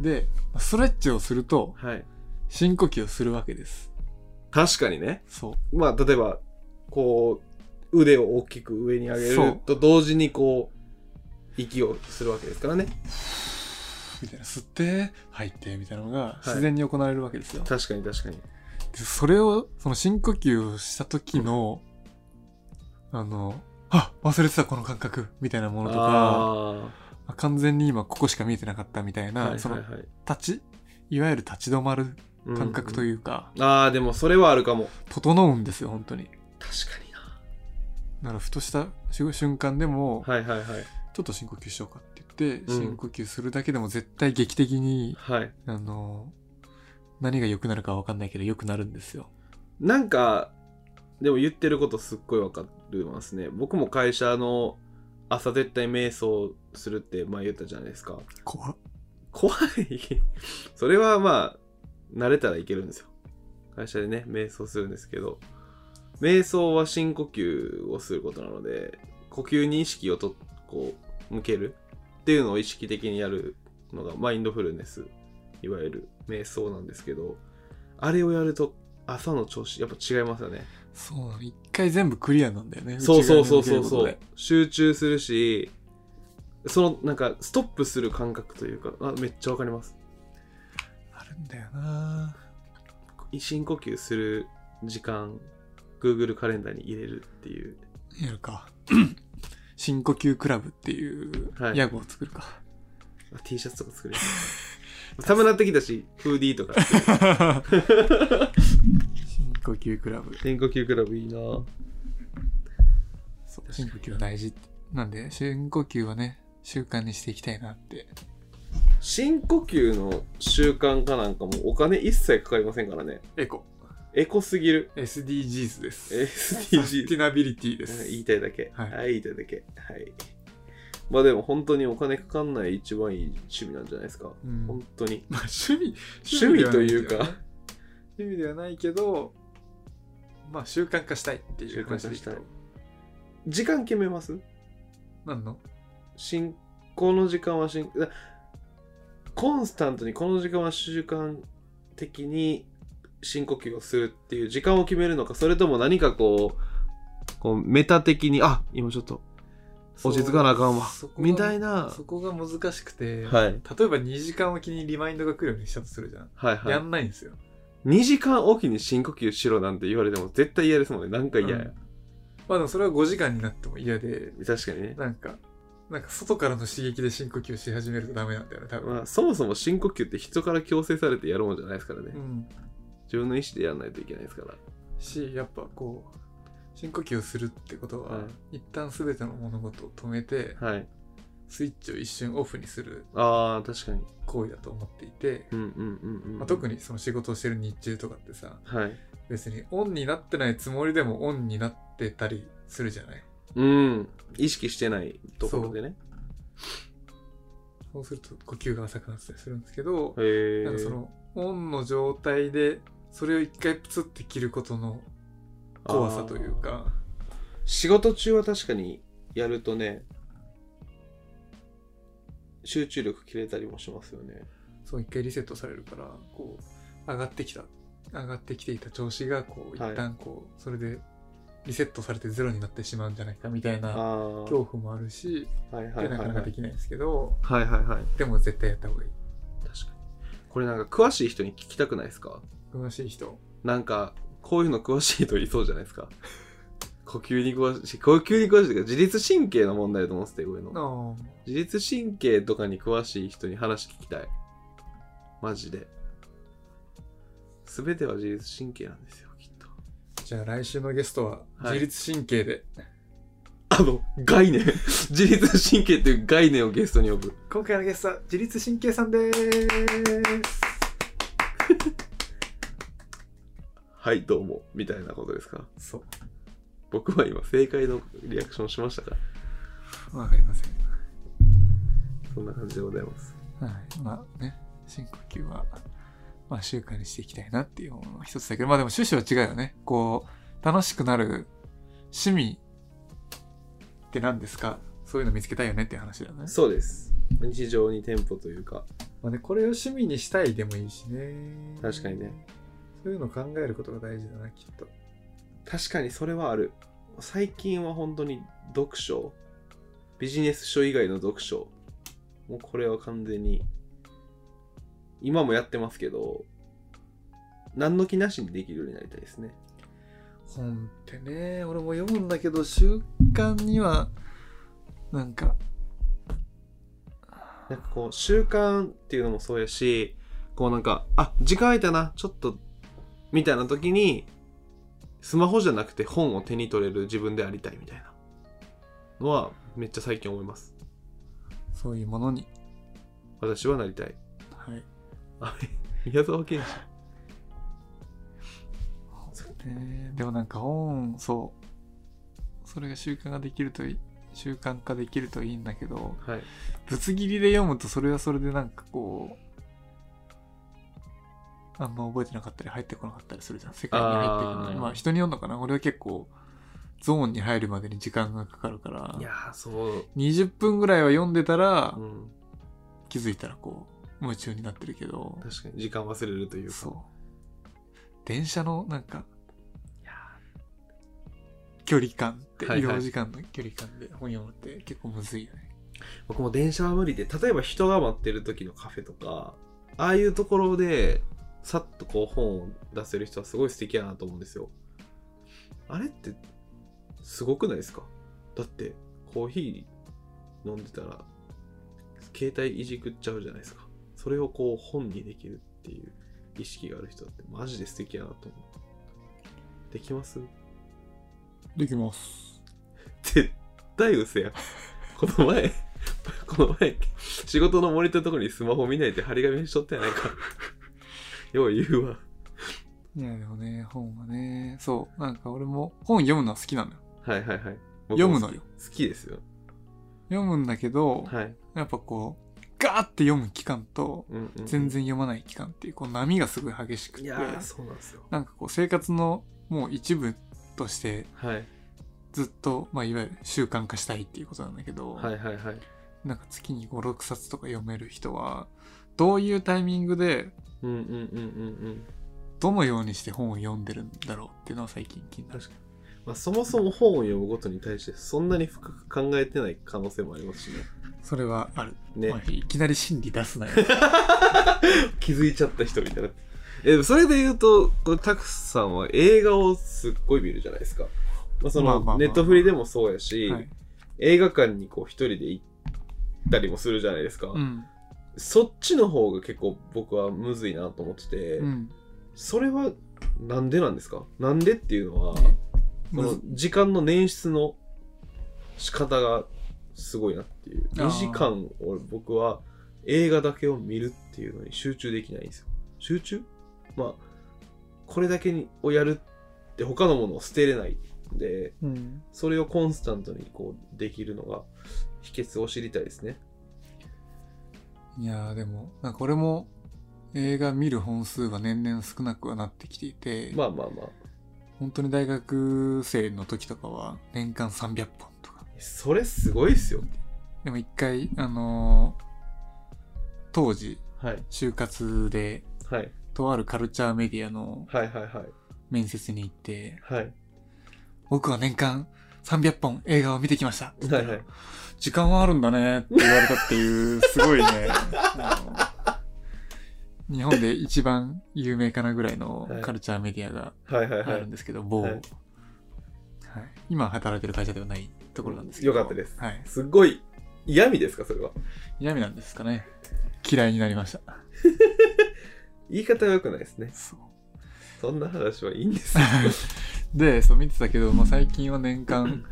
[SPEAKER 1] で、ストレッチをすると
[SPEAKER 2] はい。
[SPEAKER 1] 深呼吸をするわけです。
[SPEAKER 2] 確かにね。
[SPEAKER 1] そう。
[SPEAKER 2] まあ、例えば、こう、腕を大きく上に上げ
[SPEAKER 1] そ
[SPEAKER 2] る
[SPEAKER 1] う
[SPEAKER 2] と同時に、こう、息をするわけですからね。
[SPEAKER 1] みたいな、吸って、入って、みたいなのが自然に行われるわけですよ。
[SPEAKER 2] 確かに確かに。
[SPEAKER 1] でそれを、その深呼吸をした時の、あの、あ忘れてたこの感覚みたいなものとか、
[SPEAKER 2] あ
[SPEAKER 1] あ完全に今ここしか見えてなかったみたい
[SPEAKER 2] あ
[SPEAKER 1] な、
[SPEAKER 2] ー、はい
[SPEAKER 1] そ
[SPEAKER 2] は
[SPEAKER 1] の
[SPEAKER 2] いはい
[SPEAKER 1] 立ち、いわゆる立ち止まる
[SPEAKER 2] うん。
[SPEAKER 1] 感覚というか、
[SPEAKER 2] ああでもそれはあるかも
[SPEAKER 1] 整うんですよ、本当に。
[SPEAKER 2] 確かにな
[SPEAKER 1] だから、ふとした瞬瞬間でも、
[SPEAKER 2] はいはいはい
[SPEAKER 1] ちょっと深呼吸しようかって言って、
[SPEAKER 2] うん
[SPEAKER 1] 深呼吸するだけでも絶対劇的に、
[SPEAKER 2] はい
[SPEAKER 1] あの、何が良くなるかわかんないけど、良くなるんですよ。
[SPEAKER 2] なんかでも言ってることすっごいわかりますね僕も会社の朝絶対瞑想するって前言ったじゃないですか
[SPEAKER 1] 怖っ
[SPEAKER 2] 怖いそれはまあ慣れたらいけるんですよ会社でね瞑想するんですけど瞑想は深呼吸をすることなので呼吸に意識をとこう向けるっていうのを意識的にやるのがマインドフルネスいわゆる瞑想なんですけどあれをやると朝の調子やっぱ違いますよね
[SPEAKER 1] そうなの一回全部クリアなんだよね。
[SPEAKER 2] そうそうそうそう
[SPEAKER 1] 内
[SPEAKER 2] そ
[SPEAKER 1] 側に向け
[SPEAKER 2] う
[SPEAKER 1] るこ
[SPEAKER 2] 集中するしそのなんかストップする感覚というかあめっちゃわかります
[SPEAKER 1] とで。あるんだよな
[SPEAKER 2] 深呼吸する時間 Google カレンダーに入れるっていう
[SPEAKER 1] やる か。深呼吸クラブっていう
[SPEAKER 2] はい
[SPEAKER 1] ヤグを作るか。
[SPEAKER 2] あ T シャツとか 作れる寒なってきたしフーディーとか
[SPEAKER 1] 深呼吸クラブ。
[SPEAKER 2] 深呼吸クラブいいなぁ
[SPEAKER 1] そう深呼吸は大事って。なんで、深呼吸はね、習慣にしていきたいなって。
[SPEAKER 2] 深呼吸の習慣化なんかもお金一切かかりませんからね
[SPEAKER 1] エコ。
[SPEAKER 2] エコすぎる。
[SPEAKER 1] SDGs です。サス
[SPEAKER 2] SDGs
[SPEAKER 1] ティナビリティで
[SPEAKER 2] うん
[SPEAKER 1] す。
[SPEAKER 2] 言いたいだけ。
[SPEAKER 1] は
[SPEAKER 2] はいい、言いたいだけ。はい。まあでも本当にお金かかんない一番いい趣味なんじゃないですか。
[SPEAKER 1] うん
[SPEAKER 2] 本当に。
[SPEAKER 1] まあ、趣味、
[SPEAKER 2] 趣味というか、
[SPEAKER 1] 趣味ではないけど、まあ習慣化したいってい
[SPEAKER 2] 習
[SPEAKER 1] う
[SPEAKER 2] 慣化
[SPEAKER 1] 話でい
[SPEAKER 2] し
[SPEAKER 1] くと
[SPEAKER 2] たい。時間決めます
[SPEAKER 1] 何の
[SPEAKER 2] 進行の時間は進だコンスタントにこの時間は習慣的に深呼吸をするっていう時間を決めるのかそれとも何かこうこうメタ的にあ今ちょっと落ち着かなあかんわ
[SPEAKER 1] そうそこが
[SPEAKER 2] みたいな、
[SPEAKER 1] そこが難しくて、
[SPEAKER 2] はい、はい
[SPEAKER 1] 例えば2時間おきにリマインドが来るようにしたとするじゃん。
[SPEAKER 2] はい
[SPEAKER 1] やんないんですよ。
[SPEAKER 2] 2時間おきに深呼吸しろなんて言われても絶対嫌ですもんねなんか嫌や、
[SPEAKER 1] うんまあでもそれは5時間になっても嫌で、
[SPEAKER 2] 確かにね、
[SPEAKER 1] なんか、なんか外からの刺激で深呼吸し始めるとダメなんだよね、多分。
[SPEAKER 2] まあ、そもそも深呼吸って人から強制されてやるもんじゃないですからね、
[SPEAKER 1] うん。
[SPEAKER 2] 自分の意思でやらないといけないですから
[SPEAKER 1] し、やっぱこう、深呼吸をするってことは、
[SPEAKER 2] は
[SPEAKER 1] 一旦全ての物事を止めて、
[SPEAKER 2] はい
[SPEAKER 1] スイッチを一瞬オフにする
[SPEAKER 2] あー確かに
[SPEAKER 1] 行為だと思っていて、
[SPEAKER 2] うんうんうんうん、
[SPEAKER 1] まあ、特にその仕事をしてる日中とかってさ、
[SPEAKER 2] はい
[SPEAKER 1] 別にオンになってないつもりでもオンになってたりするじゃない
[SPEAKER 2] うん意識してないところでね
[SPEAKER 1] そうすると呼吸が浅くなってたりするんですけど、
[SPEAKER 2] へえ
[SPEAKER 1] なんかそのオンの状態でそれを一回プツって切ることの怖さというか
[SPEAKER 2] 仕事中は確かにやるとね集中力切れたりもしますよね
[SPEAKER 1] そう一回リセットされるからこう上がってきた上がってきていた調子がこう一
[SPEAKER 2] はい
[SPEAKER 1] 旦こうそれでリセットされてゼロになってしまうんじゃないかみたいな
[SPEAKER 2] あ
[SPEAKER 1] 恐怖もあるし
[SPEAKER 2] あはいは
[SPEAKER 1] で
[SPEAKER 2] い
[SPEAKER 1] なか
[SPEAKER 2] はい
[SPEAKER 1] な
[SPEAKER 2] は
[SPEAKER 1] かで
[SPEAKER 2] い
[SPEAKER 1] きないんですけど
[SPEAKER 2] はいはいはい
[SPEAKER 1] でも絶対やった方がいい
[SPEAKER 2] 確かにこれなんか詳しい人に聞きたくないですか
[SPEAKER 1] 詳しい人
[SPEAKER 2] なんかこういうの詳しい人いそうじゃないですか 呼吸に詳しい呼吸に詳しいというか自律神経の問題だと思うんですよこういうの
[SPEAKER 1] の
[SPEAKER 2] 自律神経とかに詳しい人に話聞きたいマジで全ては自律神経なんですよきっと
[SPEAKER 1] じゃあ来週のゲストは
[SPEAKER 2] はい
[SPEAKER 1] 自律神経で
[SPEAKER 2] あの概念 自律神経っていう概念をゲストに呼ぶ
[SPEAKER 1] 今回のゲストは自律神経さんです
[SPEAKER 2] はいどうもみたいなことですか
[SPEAKER 1] そう
[SPEAKER 2] 僕は今正解のリアクションしましたか
[SPEAKER 1] わかりません
[SPEAKER 2] そんな感じでございます
[SPEAKER 1] はい、まあね、深呼吸は、まあ習慣にしていきたいなっていうのが一つだけど、まあでも趣旨は違うよね。こう、楽しくなる趣味って何ですかそういうの見つけたいよねっていう話だよね。
[SPEAKER 2] そうです日常にテンポというか
[SPEAKER 1] まあね、これを趣味にしたいでもいいしね。
[SPEAKER 2] 確かにね。
[SPEAKER 1] そういうのを考えることが大事だな、きっと。
[SPEAKER 2] 確かにそれはある最近は本当に読書ビジネス書以外の読書もうこれは完全に今もやってますけど何の気なしにできるようになりたいですね
[SPEAKER 1] 本ってね、俺も読むんだけど、習慣には、なんか、
[SPEAKER 2] なんかこう習慣っていうのもそうやしこうなんかあ時間空いたなちょっとみたいな時にスマホじゃなくて本を手に取れる自分でありたいみたいなのはめっちゃ最近思います
[SPEAKER 1] そういうものに。
[SPEAKER 2] 私はなりたい
[SPEAKER 1] はい。
[SPEAKER 2] あ宮沢賢治
[SPEAKER 1] ねでもなんか本そうそれが習慣ができるといい習慣化できるといいんだけど
[SPEAKER 2] はい
[SPEAKER 1] ぶつ切りで読むとそれはそれでなんかこうあんま覚えてなかったり入ってこなかったりするじゃん世界に入ってくのに
[SPEAKER 2] あー
[SPEAKER 1] まあ人によるのかな俺は結構ゾーンに入るまでに時間がかかるから
[SPEAKER 2] いやーそう、
[SPEAKER 1] 20分ぐらいは読んでたら
[SPEAKER 2] うん、
[SPEAKER 1] 気づいたらこう夢中になってるけど
[SPEAKER 2] 確かに時間忘れるというか
[SPEAKER 1] そう電車のなんか
[SPEAKER 2] いや
[SPEAKER 1] 距離感って、
[SPEAKER 2] はいは
[SPEAKER 1] 移
[SPEAKER 2] い
[SPEAKER 1] 動時間の距離感で本読むって結構むずいよね。
[SPEAKER 2] ー僕も電車は無理で例えば人が待ってる時のカフェとかああいうところでさっとこう本を出せる人はすごい素敵やなと思うんですよあれってすごくないですかだってコーヒー飲んでたら携帯いじくっちゃうじゃないですかそれをこう本にできるっていう意識がある人ってマジで素敵やなと思うできます
[SPEAKER 1] できます。
[SPEAKER 2] 絶対嘘やんこの前この前仕事のモニターのとこにスマホ見ないって張り紙しとったやないかよう言うわ
[SPEAKER 1] いやでもね本はねそうなんか俺も本読むのは好きなんだよ
[SPEAKER 2] はいはいはい
[SPEAKER 1] 読むのよ
[SPEAKER 2] 僕も好き好きですよ
[SPEAKER 1] 読むんだけど、
[SPEAKER 2] はい、
[SPEAKER 1] やっぱこうガーって読む期間と
[SPEAKER 2] うんうん
[SPEAKER 1] 全然読まない期間っていうこう波がすごい激しく
[SPEAKER 2] い
[SPEAKER 1] て
[SPEAKER 2] やーそうなんですよ
[SPEAKER 1] なんかこう生活のもう一部として
[SPEAKER 2] はい
[SPEAKER 1] ずっと、まあ、いわゆる習慣化したいっていうことなんだけど、
[SPEAKER 2] はいはいはい
[SPEAKER 1] なんか月に56冊とか読める人はどういうタイミングで
[SPEAKER 2] うんうんうんうん
[SPEAKER 1] どのようにして本を読んでるんだろうっていうのは最近気に
[SPEAKER 2] うん
[SPEAKER 1] なる
[SPEAKER 2] 確かにまあ、そもそも本を読むことに対してそんなに深く考えてない可能性もありますしね。
[SPEAKER 1] それはある、
[SPEAKER 2] ね
[SPEAKER 1] おいいきなり心理出すなよ
[SPEAKER 2] 気づいちゃった人みたいな。えでもそれで言うと、これタクさんは映画をすっごい見るじゃないですか。まあ、そ
[SPEAKER 1] まあまあま
[SPEAKER 2] の
[SPEAKER 1] あ
[SPEAKER 2] ネットフリでもそうやし、
[SPEAKER 1] はい
[SPEAKER 2] 映画館にこう一人で行ったりもするじゃないですか。
[SPEAKER 1] うん
[SPEAKER 2] そっちの方が結構僕はむずいなと思ってて、
[SPEAKER 1] うん
[SPEAKER 2] それはなんでなんですかなんでっていうのは、
[SPEAKER 1] ね
[SPEAKER 2] その時間の捻出の仕方がすごいなっていう。
[SPEAKER 1] あー
[SPEAKER 2] 2時間俺僕は映画だけを見るっていうのに集中できないんですよ。集中まあ、これだけにをやるって他のものを捨てれないんで、
[SPEAKER 1] うん
[SPEAKER 2] それをコンスタントにこうできるのが秘訣を知りたいですね。
[SPEAKER 1] いやーでもなんか俺も映画見る本数が年々少なくはなってきていて、
[SPEAKER 2] まあまあまあ。
[SPEAKER 1] 本当に大学生の時とかは年間300本とか
[SPEAKER 2] それすごいっすよ。
[SPEAKER 1] でも一回あのー当時
[SPEAKER 2] はい。
[SPEAKER 1] 就活で
[SPEAKER 2] はい。
[SPEAKER 1] とあるカルチャーメディアの
[SPEAKER 2] はいはいはい。
[SPEAKER 1] 面接に行って
[SPEAKER 2] はい。
[SPEAKER 1] 僕は年間300本映画を見てきましたって言っ
[SPEAKER 2] は
[SPEAKER 1] た
[SPEAKER 2] い
[SPEAKER 1] ら
[SPEAKER 2] はい。
[SPEAKER 1] 時間はあるんだねって言われたっていう、すごいね。 あの日本で一番有名かなぐらいの
[SPEAKER 2] はい
[SPEAKER 1] カルチャーメディアが
[SPEAKER 2] はいはいは
[SPEAKER 1] ある
[SPEAKER 2] い
[SPEAKER 1] ん。ですけど、某、
[SPEAKER 2] は
[SPEAKER 1] はいい今働いてる会社ではないところなんですけど。
[SPEAKER 2] よかったです
[SPEAKER 1] はい。
[SPEAKER 2] すっごい嫌味ですか、それは。
[SPEAKER 1] 嫌味なんですかね。嫌いになりました。
[SPEAKER 2] 言い方が良くないですね。
[SPEAKER 1] そう
[SPEAKER 2] そんな話はいいんですよ。
[SPEAKER 1] で、そう見てたけど、まあ、最近は年 間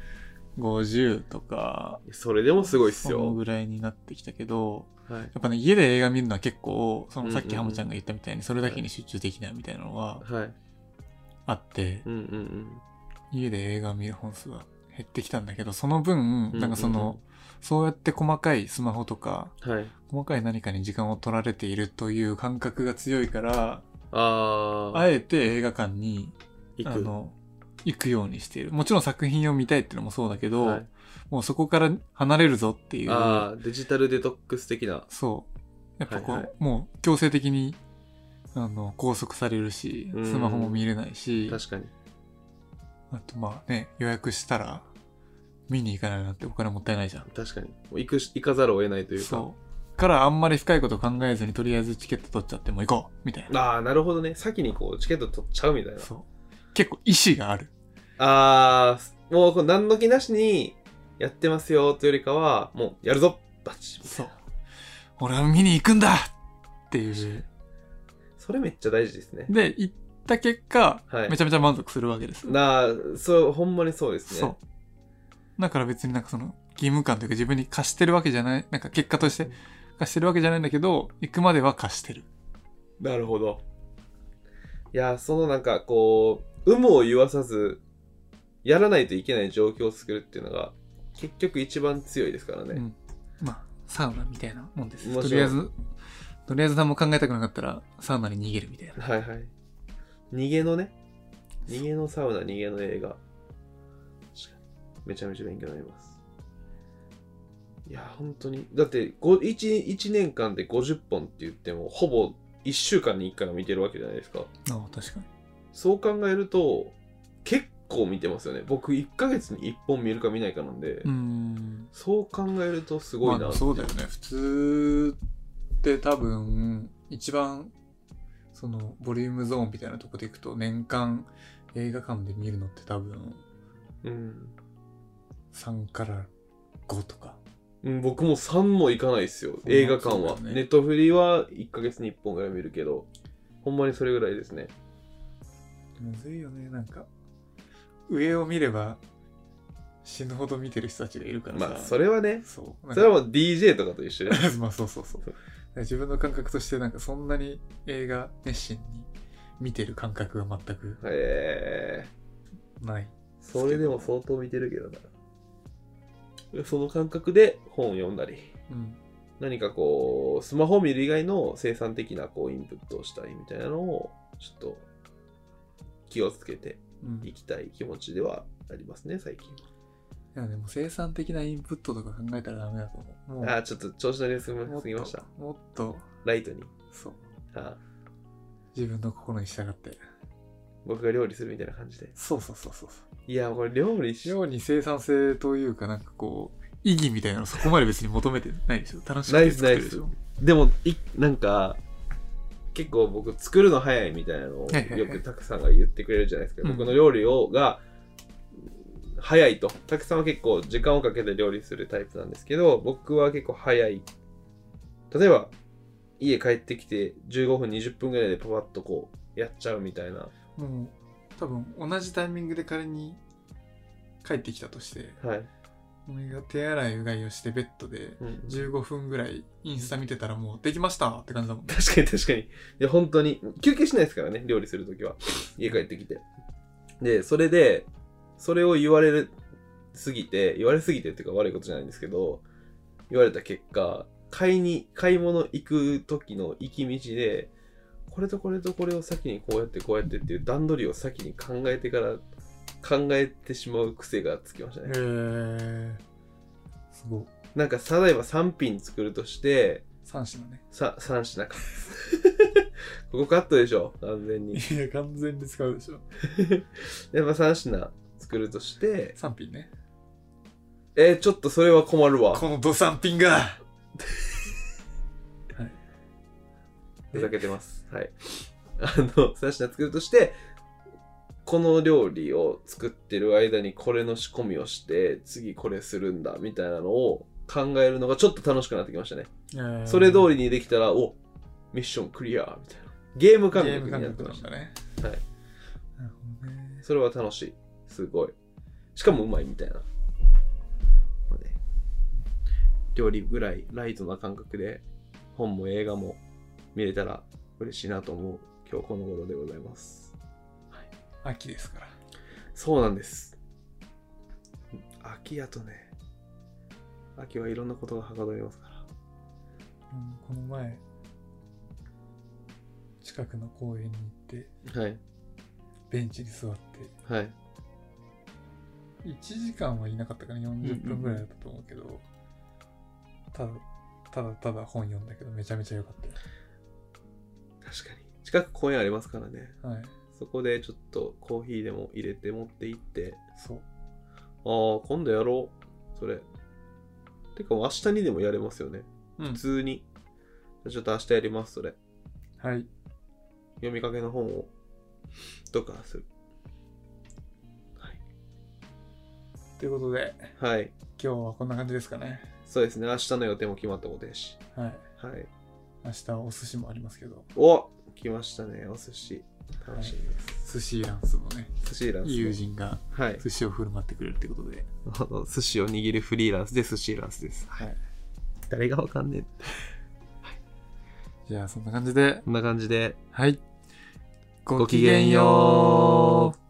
[SPEAKER 1] 50とか、
[SPEAKER 2] それでもすごいっす
[SPEAKER 1] その
[SPEAKER 2] よ。
[SPEAKER 1] ぐらいになってきたけど、
[SPEAKER 2] はい。
[SPEAKER 1] やっぱね、家で映画見るのは結構、そのさっ
[SPEAKER 2] うんうん
[SPEAKER 1] きハムちゃんが言ったみたいに、それだけに集中できないみたいなのは
[SPEAKER 2] はい。
[SPEAKER 1] あって
[SPEAKER 2] う、んうん
[SPEAKER 1] 家で映画見る本数は減ってきたんだけど、その分、
[SPEAKER 2] うん。
[SPEAKER 1] なんかその、、そうやって細かいスマホとか、
[SPEAKER 2] はい。
[SPEAKER 1] 細かい何かに時間を取られているという感覚が強いから、
[SPEAKER 2] あ
[SPEAKER 1] あ
[SPEAKER 2] ー、
[SPEAKER 1] えて映画館に、
[SPEAKER 2] 行
[SPEAKER 1] あ
[SPEAKER 2] く。
[SPEAKER 1] の、行くようにしている。もちろん作品を見たいっていうのもそうだけど、
[SPEAKER 2] はい
[SPEAKER 1] もうそこから離れるぞっていう、
[SPEAKER 2] あー、デジタルデトックス的な。
[SPEAKER 1] そう。やっぱこう、
[SPEAKER 2] はいはい
[SPEAKER 1] もう強制的にあの拘束されるし、
[SPEAKER 2] うん
[SPEAKER 1] スマホも見れないし、
[SPEAKER 2] 確かに。
[SPEAKER 1] あとまあね、予約したら見に行かないなんてお金もったいないじゃん。
[SPEAKER 2] 確かに。もう行くし、行かざるを得ないというか。
[SPEAKER 1] そう。からあんまり深いこと考えずにとりあえずチケット取っちゃってもう行こうみたいな。
[SPEAKER 2] あー、なるほどね。先にこう、チケット取っちゃうみたいな。
[SPEAKER 1] そう。結構意志がある。
[SPEAKER 2] あー、もうこう何の気なしにやってますよというよりかは、もうやるぞバチ
[SPEAKER 1] そう。俺は見に行くんだっていう。
[SPEAKER 2] それめっちゃ大事ですね。
[SPEAKER 1] で、行った結果、
[SPEAKER 2] はい
[SPEAKER 1] めちゃめちゃ満足するわけです。
[SPEAKER 2] なあ、そう、ほんまにそうですね。
[SPEAKER 1] そう。だから別になんかその義務感というか自分に貸してるわけじゃない、なんか結果として貸してるわけじゃないんだけど、行くまでは貸してる。
[SPEAKER 2] なるほど。いや、そのなんかこう、有無を言わさず、やらないといけない状況を作るっていうのが、結局一番強いですから
[SPEAKER 1] う
[SPEAKER 2] ね。
[SPEAKER 1] ん。まあ、サウナみたいなもんです。
[SPEAKER 2] 面白
[SPEAKER 1] と
[SPEAKER 2] い
[SPEAKER 1] りあえず、とりあえず何も考えたくなかったら、サウナに逃げるみたいな。
[SPEAKER 2] はいはい。逃げのね、逃げのサウナ、逃げの映画。確かにめちゃめちゃ勉強になります。いや、本当に。だって1、1年間で50本って言っても、ほぼ1週間に1回は見てるわけじゃないですか。
[SPEAKER 1] ああ、確かに。
[SPEAKER 2] そう考えると、結構見てますよね。僕、1ヶ月に1本見るか見ないかなんで、
[SPEAKER 1] うーん。
[SPEAKER 2] そう考えるとすご
[SPEAKER 1] ま
[SPEAKER 2] いな。
[SPEAKER 1] あ、そうだよね。普通って多分、一番、その、ボリュームゾーンみたいなとこでいくと、年間映画館で見るのって多分、
[SPEAKER 2] うん、
[SPEAKER 1] 3から5とか。
[SPEAKER 2] うん僕も3も行かないですよ、
[SPEAKER 1] まあ
[SPEAKER 2] 映画館は。
[SPEAKER 1] そうだよ
[SPEAKER 2] ネ
[SPEAKER 1] ね
[SPEAKER 2] ットフリは1ヶ月に1本ぐらい見るけど、ほんまにそれぐらいですね。
[SPEAKER 1] むずいよねなんか上を見れば死ぬほど見てる人たちがいるからさ、
[SPEAKER 2] まあ、それはね、
[SPEAKER 1] そう
[SPEAKER 2] それは
[SPEAKER 1] は
[SPEAKER 2] もう DJ とかと一緒で
[SPEAKER 1] まあそうそうそうだから自分の感覚としてなんかそんなに映画熱心に見てる感覚が全く
[SPEAKER 2] ええ
[SPEAKER 1] ない
[SPEAKER 2] それでも相当見てるけどなその感覚で本を読んだり
[SPEAKER 1] うん
[SPEAKER 2] 何かこうスマホを見る以外の生産的なこうインプットをしたりみたいなのをちょっと気をつけて
[SPEAKER 1] うん
[SPEAKER 2] いきたい気持ちではありますね最近
[SPEAKER 1] いやでも生産的なインプットとか考えたらダメだと思う。もう
[SPEAKER 2] あーちょっと調子乗りすぎ
[SPEAKER 1] もっと
[SPEAKER 2] すぎました
[SPEAKER 1] もっと、
[SPEAKER 2] ライトに
[SPEAKER 1] そう、
[SPEAKER 2] あ
[SPEAKER 1] 自分の心に従って。
[SPEAKER 2] ー僕が料理するみたいな感じで
[SPEAKER 1] そうそうそうそうそう。
[SPEAKER 2] いやこれ料理し
[SPEAKER 1] 妙に生産性というか、なんかこう、意義みたいなのそこまで別に求めてないでしょ。楽しく
[SPEAKER 2] ナイ
[SPEAKER 1] て
[SPEAKER 2] ス
[SPEAKER 1] 作るでしょ。
[SPEAKER 2] でもいなんか結構僕作るの早いみたいなのを
[SPEAKER 1] はいはいはい
[SPEAKER 2] よくたくさんが言ってくれるじゃないですか、
[SPEAKER 1] うん
[SPEAKER 2] 僕の料理をがうん早いとたくさんは結構時間をかけて料理するタイプなんですけど僕は結構早い例えば家帰ってきて15分20分ぐらいでパパッとこうやっちゃうみたいな
[SPEAKER 1] もう、多分同じタイミングで仮に帰ってきたとして、
[SPEAKER 2] はい、
[SPEAKER 1] 俺が手洗いうがいをしてベッドで
[SPEAKER 2] うん
[SPEAKER 1] 15分ぐらいインスタ見てたらもうできましたって感じだもんね。
[SPEAKER 2] 確かに確かに。いや、本当に。休憩しないですからね、料理するときは。家帰ってきて。で、それで、それを言われるすぎて、言われすぎてっていうか悪いことじゃないんですけど、言われた結果、買いに、買い物行く時の行き道で、これとこれとこれを先にこうやってこうやってっていう段取りを先に考えてから考えてしまう癖がつきました
[SPEAKER 1] へ
[SPEAKER 2] ね。
[SPEAKER 1] ー。すごい。
[SPEAKER 2] なんか、例えば3品作るとして、
[SPEAKER 1] 3品ね。
[SPEAKER 2] さ、3品か。 ここカットでしょ、完全に。
[SPEAKER 1] いや、完全に使うでしょ。
[SPEAKER 2] で、まあ、3品作るとして、
[SPEAKER 1] 3品ね。
[SPEAKER 2] えーちょっとそれは困るわ。
[SPEAKER 1] このド産品がはい。
[SPEAKER 2] ふざけてます。はい。あの、3品作るとして、この料理を作ってる間にこれの仕込みをして、次これするんだ、みたいなのを考えるのがちょっと楽しくなってきましたね。それ通
[SPEAKER 1] り
[SPEAKER 2] りにできたら、おミッションクリア、みたいな。ゲーム
[SPEAKER 1] ゲ
[SPEAKER 2] 感覚
[SPEAKER 1] ーム
[SPEAKER 2] にな
[SPEAKER 1] 感
[SPEAKER 2] っ
[SPEAKER 1] 覚
[SPEAKER 2] てま
[SPEAKER 1] な
[SPEAKER 2] し
[SPEAKER 1] ん
[SPEAKER 2] た。
[SPEAKER 1] だね。
[SPEAKER 2] はい。
[SPEAKER 1] なるほどね。
[SPEAKER 2] それは楽しい。すごい。しかもうまいみたいな。まあね料理ぐらいライトな感覚で本も映画も見れたら嬉しいなと思う今日この頃でございます。
[SPEAKER 1] 秋ですから。
[SPEAKER 2] そうなんです。秋やとね、秋はいろんなことがはかどりますから。
[SPEAKER 1] うんこの前、近くの公園に行って、
[SPEAKER 2] はい、
[SPEAKER 1] ベンチに座って、
[SPEAKER 2] はい、
[SPEAKER 1] 1時間はいなかったかな40分ぐらいだったと思うけど、ただただただ本読んだけどめちゃめちゃ良かっ
[SPEAKER 2] 確かに。近く公園ありますからね。
[SPEAKER 1] たよはい
[SPEAKER 2] そこでちょっとコーヒーでも入れて持って行って、
[SPEAKER 1] そう
[SPEAKER 2] ああ、今度やろう。それ。てか、明日にでもやれますよね。
[SPEAKER 1] うん
[SPEAKER 2] 普通に。ちょっと明日やります、それ。
[SPEAKER 1] はい
[SPEAKER 2] 読みかけの本を、どっかする。はい。
[SPEAKER 1] ということで
[SPEAKER 2] はい。
[SPEAKER 1] 今日はこんな感じですかね
[SPEAKER 2] そうですね。明日の予定も決まったことやし。
[SPEAKER 1] はい
[SPEAKER 2] はい。
[SPEAKER 1] 明日はお寿司もありますけど
[SPEAKER 2] お来ましたね。お寿司。楽しみです。
[SPEAKER 1] 寿司ランスのね
[SPEAKER 2] 寿司ランス。
[SPEAKER 1] 友。人が
[SPEAKER 2] はい。
[SPEAKER 1] 寿司を振る舞ってくれるってことで
[SPEAKER 2] あの寿司を握るフリーランスで寿司ランスです。
[SPEAKER 1] はい
[SPEAKER 2] 誰がわかんねえ。
[SPEAKER 1] じゃあそんな感じで
[SPEAKER 2] こんな感じで。
[SPEAKER 1] はい
[SPEAKER 2] ごきげんよう。